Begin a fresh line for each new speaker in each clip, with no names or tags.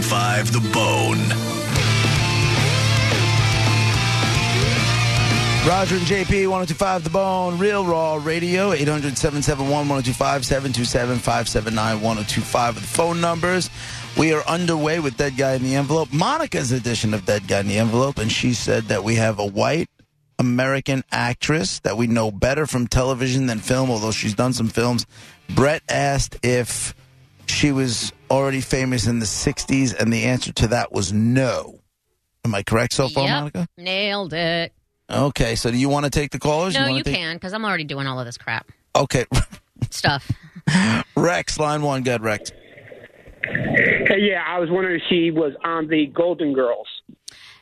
106.5 The Bone.
Roger and JP, 1025 The Bone, Real Raw Radio, 800 771 1025, 727 579 1025 are the phone numbers. We are underway with Dead Guy in the Envelope, Monica's edition of Dead Guy in the Envelope, and she said that we have a white American actress that we know better from television than film, although she's done some films. Brett asked if she was already famous in the 60s, and the answer to that was no. Am I correct so far,
Yep.
Monica?
Nailed it.
Oh. Okay, so do you want to take the callers?
No,
wanna
you
take-
can, because I'm already doing all of this crap
Okay,
stuff.
Rex, line one, good Rex.
Hey, yeah, I was wondering if she was on the Golden Girls.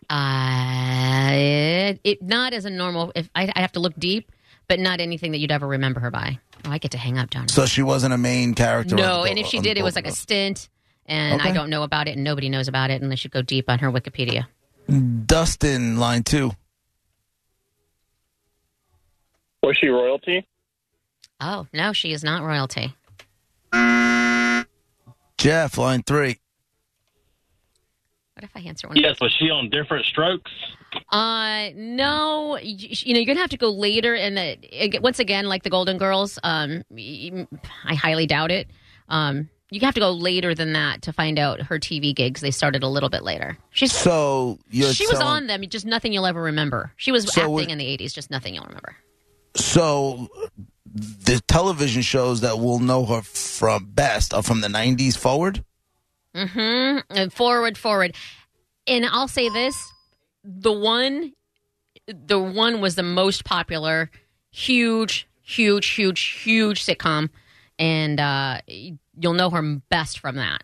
Uh, it, it not as a normal. If I, I have to look deep, but not anything that you'd ever remember her by. Oh, I get to hang up, don't
So she wasn't a main character.
I?
on
No,
the-
and if she
on the
did, it was like a
Golden
stint, and I
Okay.
don't know about it, and nobody knows about it unless you go deep on her Wikipedia.
Girls. Dustin, line two.
Was she royalty?
Oh no, she is not royalty.
Jeff, line three.
What if I answer one?
Yes. Was she on different strokes?
Uh, no, y- you know, you're gonna have to go later. And the ag- once again, like the Golden Girls, um, y- I highly doubt it. Um, you have to go later than that to find out her TV gigs. They started a little bit later. She's
So you're
she was
telling-
on them, just nothing you'll ever remember. She was
So
acting
would-
in the '80s, just nothing you'll remember.
So the television shows that we'll know her from best are from the '90s forward.
hmm And forward, forward. And I'll say this: the one, the one was the most popular, huge, huge, huge, huge sitcom, and uh, you'll know her best from that.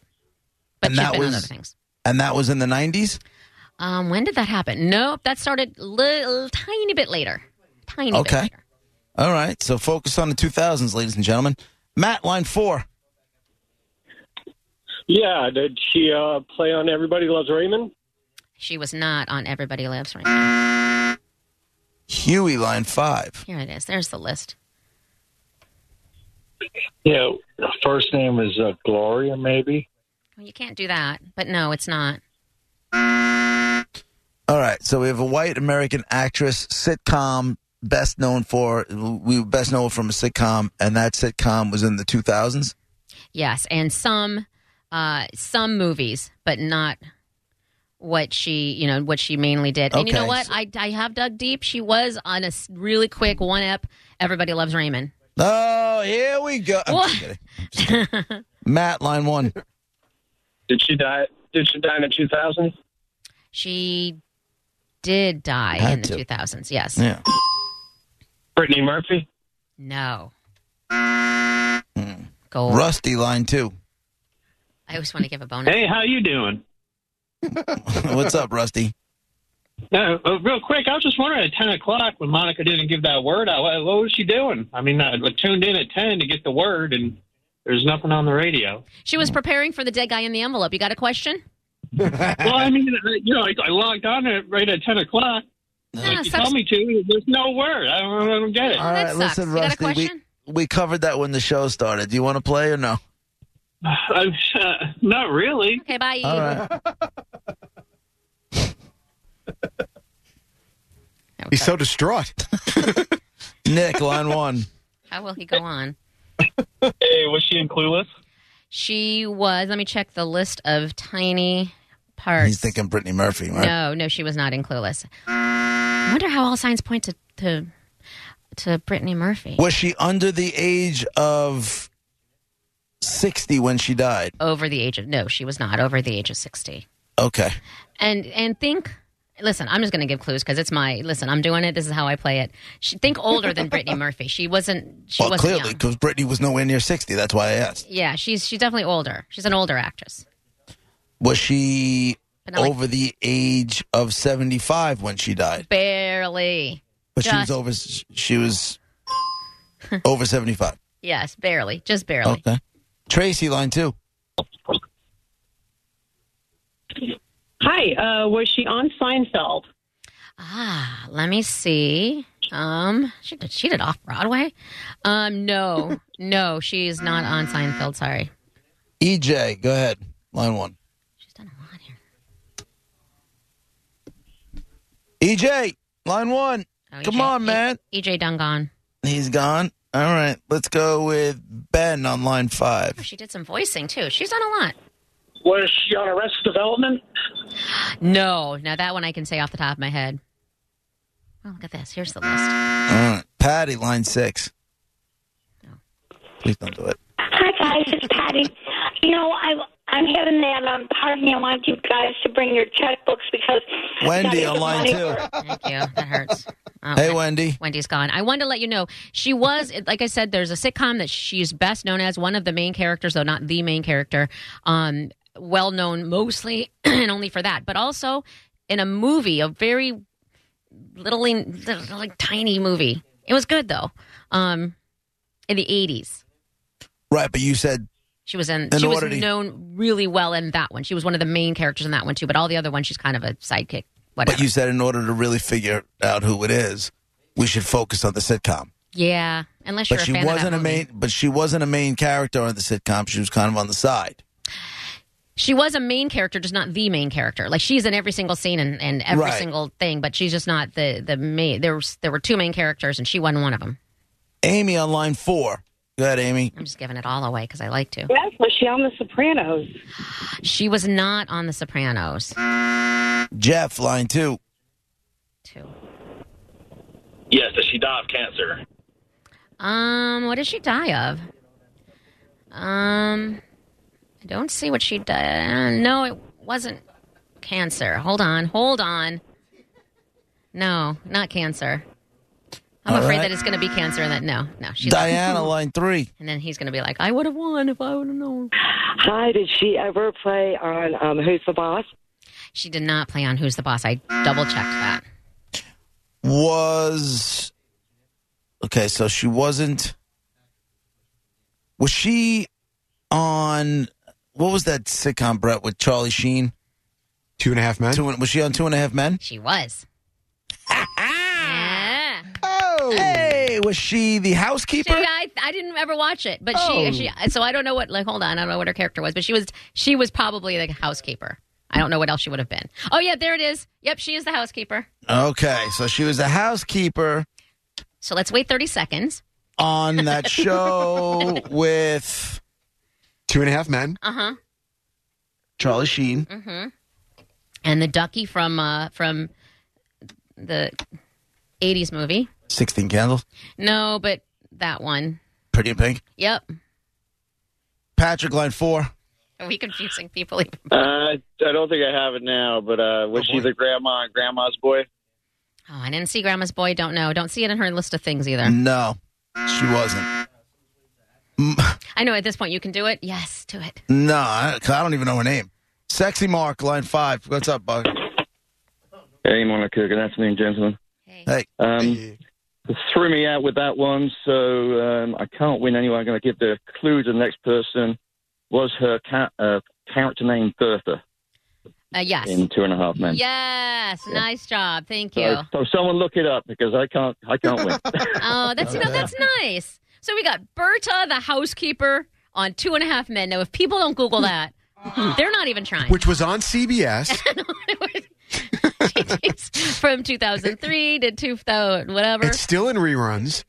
But
And
she's
that
been on
was-
other things.
And that was in the 90s?
Um, when did that happen? Nope, that started little tiny bit later. Tiny
Okay.
bit later.
All right. So focus on the 2000s, ladies and gentlemen. Matt, line four.
Yeah. Did she uh, play on Everybody Loves Raymond?
She was not on Everybody Lives right now.
Huey, line five.
Here it is. There's the list.
Yeah. Her first name is uh, Gloria, maybe.
Well, you can't do that, but no, it's not.
All right. So we have a white American actress, sitcom, best known for, we best know her from a sitcom, and that sitcom was in the 2000s.
Yes, and some uh some movies, but not what she, you know, what she mainly did. And you know
Okay,
what?
so-
I I have dug deep. She was on a s- really quick one up Everybody Loves Raymond.
Oh, here we go. I'm just
What?
kidding. Just kidding. Matt, line one.
Did she die? Did she die in the 2000s?
She did die
Had
in the
to.
2000s. Yes.
Yeah.
Brittany Murphy.
No.
Mm.
Gold.
Rusty, line two.
I always want to give a bonus.
Hey, how you doing?
What's up, Rusty?
No, uh, real quick. I was just wondering at 10 o'clock when Monica didn't give that word out. What, what was she doing? I mean, I tuned in at 10 to get the word, and there's nothing on the radio.
She was preparing for the dead guy in the envelope. You got a question?
well, I mean, uh, you know, I, I logged on at, right at 10 o'clock.
No,
you
such-
told me to. There's no word. I don't, I don't get it.
All
that
right,
sucks.
listen,
You got
Rusty.
a
We,
question?
we covered that when the show started. Do you want to play or no?
I'm, uh, not really.
okay, bye.
All right.
He's so distraught.
Nick, line one.
How will he go on?
Hey, was she in Clueless?
She was. Let me check the list of tiny parts.
He's thinking Brittany Murphy, right?
No, no, she was not in Clueless. I wonder how all signs point to to, to Brittany Murphy.
Was she under the age of 60 when she died?
Over the age of no, she was not over the age of sixty.
Okay.
And and think, listen, I'm just going to give clues because it's my listen. I'm doing it. This is how I play it. She, think older than Brittany Murphy. She wasn't. She
well,
wasn't
clearly,
young.
because Brittany was nowhere near 60. That's why I asked.
Yeah, she's she's definitely older. She's an older actress.
Was she
But not like-
over the age of 75 when she died?
Barely.
But she was
Just-
over. She was over seventy five.
Yes, barely. Just barely.
Okay. Tracy, line two.
Hi, uh, was she on Seinfeld?
Ah, let me see. Um, she did she did off Broadway. Um, no, no, she's not on Seinfeld. Sorry,
EJ, go E ahead. Line one.
she's done a lot here.
EJ, E line one.
Oh,
Come
EJ
on, man.
EJ Dungon.
He's gone. All right, let's go with Ben on line five.
Oh, She did some voicing too. She's done a lot.
Was she on Arrest Development?
No, now that one I can say off the top of my head. Oh, look at this. Here's the list.
All right, Patty, line six.
Oh.
Please don't do it.
Hi guys, it's Patty. You know, I I'm having that um, party. I want you guys to bring your checkbooks because
Wendy
that
on
is
line
money
two.
Thank you. That hurts. Oh,
Hey,
I-
Wendy.
Wendy's gone. I wanted to let you know she was, like I said, there's a sitcom that she's best known as one of the main characters, though not the main character. Um, well known mostly and only for that, but also in a movie, a very little, little like tiny movie. It was good though. Um, in the 80s,
Right, but you said
she was in.
In
she was
order to-
known really well in that one. She was one of the main characters in that one too. But all the other ones, she's kind of a sidekick. Whatever.
But you said in order to really figure out who it is, we should focus on the sitcom.
yeah, unless
But
you're
she
a fan of
wasn't
that
a
movie.
main. But she wasn't a main character on the sitcom. She was kind of on the side.
she was a main character, just not the main character. Like she's in every single scene and, and every
Right.
single thing, but she's just not the the main. There was there were two main characters, and she wasn't one of them.
Amy on line four. Go ahead, Amy.
I'm just giving it all away because I like to.
Yes, was she on The Sopranos?
She was not on The Sopranos.
Jeff, line two.
Too.
Yes, does she die of cancer?
Um, what did she die of? Um, I don't see what she died. No, it wasn't cancer. Hold on, hold on. No, not cancer. I'm
All
afraid
right.
that it's going to be cancer, and that no, no, she's
Diana, line three.
And then he's going to be like, I would have won if I would have known.
Hi, did she ever play on um, Who's the Boss?
She did not play on Who's the Boss. I double checked that.
Was okay. So she wasn't. Was she on? What was that sitcom, Brett, with Charlie Sheen?
Two and a half men.
Two, and- was she on Two and a Half Men?
She was. yeah.
Hey, was she the
She,
housekeeper?
I, I didn't ever watch it, but
Oh.
she, she, so I don't know what, like, hold on, I don't know what her character was, but she was, she was probably the housekeeper. I don't know what else she would have been. Oh, yeah, there it is. Yep, she is the housekeeper.
Okay, so she was a housekeeper
So let's wait 30 seconds.
on that show with
Two and a half men.
Uh huh.
Charlie Sheen.
And the ducky from, uh, from the 80s movie.
16 Candles,
No, but that one.
Pretty in Pink.
Yep.
Patrick, line four.
Are we confusing people? even?
Uh, I don't think I have it now, but uh,
Oh,
was she
boy.
the grandma and grandma's boy?
Oh, I didn't see Grandma's Boy. Don't know. Don't see it in her list of things either.
No, she wasn't. Mm,
I know at this point you can do it. Yes, do it.
No, I, 'cause I don't even know her name. Sexy Mark, line five. What's up, Buck?
Hey, Monica. Good afternoon, gentlemen.
Hey.
Hey,
Um, threw me out with that one, so um, I can't win anyway. I'm going to give the clue to the next person. Was her ca- uh, character name Bertha
Uh, yes.
in Two and a Half Men?
Yes. Nice job. Thank you.
So, so someone look it up because I can't. I can't win.
Oh, that's you know that's nice. So we got Berta, the housekeeper, on Two and a Half Men. Now, if people don't Google that, they're not even trying.
Which was on CBS.
From 2003 to 2000, whatever.
it's still in reruns.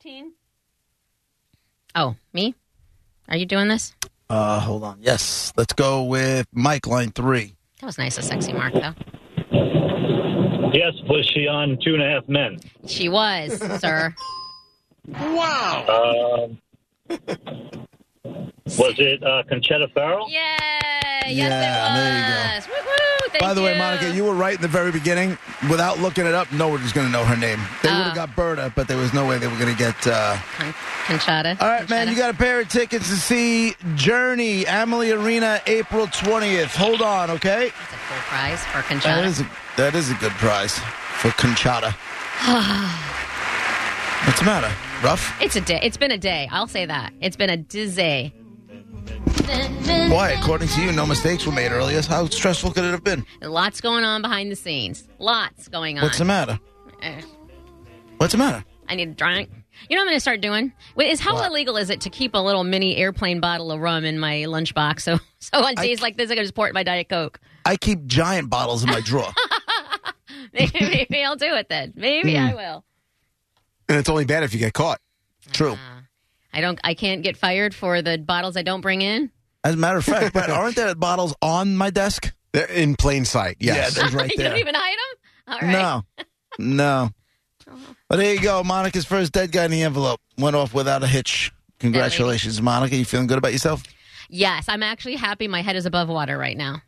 Oh, me? Are you doing this?
uh, hold on. Yes, let's go with Mike, line three.
That was nice, a sexy mark though.
Yes, was she on Two and a Half Men?
She was, sir.
Um, was it uh, Conchetta Farrell?
Yay! Yes,
Yeah, there you
it was. Woo-hoo, thank
By the way, Monica, you were right in the very beginning. Without looking it up, no one was going to know her name. They would have got Berta, but there was no way they were going to get. Uh...
Con- Conchata.
All right, man,
Conchata.
you got a pair of tickets to see Journey, Amalie Arena, April 20th. Hold on, okay?
That's a cool prize for
That
Conchata.
is a, that is a good prize for Conchata. What's the matter? Rough?
it's a day. It's been a day. I'll say that. It's been a dizzy.
Why, according to you, no mistakes were made earlier. How stressful could it have been?
Lots going on behind the scenes. Lots going on.
What's the matter?
Eh,
What's the matter?
I need a drink. You know what I'm going to start doing? Wait, Is how illegal is it to keep a little mini airplane bottle of rum in my lunchbox? So, so on days like this, I can just pour it in my diet coke.
I keep giant bottles in my drawer.
Maybe I'll do it then. Maybe I
Hmm.
Mm.
will. Uh,
And it's only bad if you get caught.
True.
I don't. I can't get fired for the bottles I don't bring in.
As a matter of fact, Brett, aren't there bottles on my desk?
They're in plain sight. Yes.
Yeah, there's right
you
there.
don't even hide them. All right.
No, no. But there you go. Monica's first dead guy in the envelope went off without a hitch. Congratulations, Monica. You feeling good about yourself?
Yes, I'm actually happy. My head is above water right now.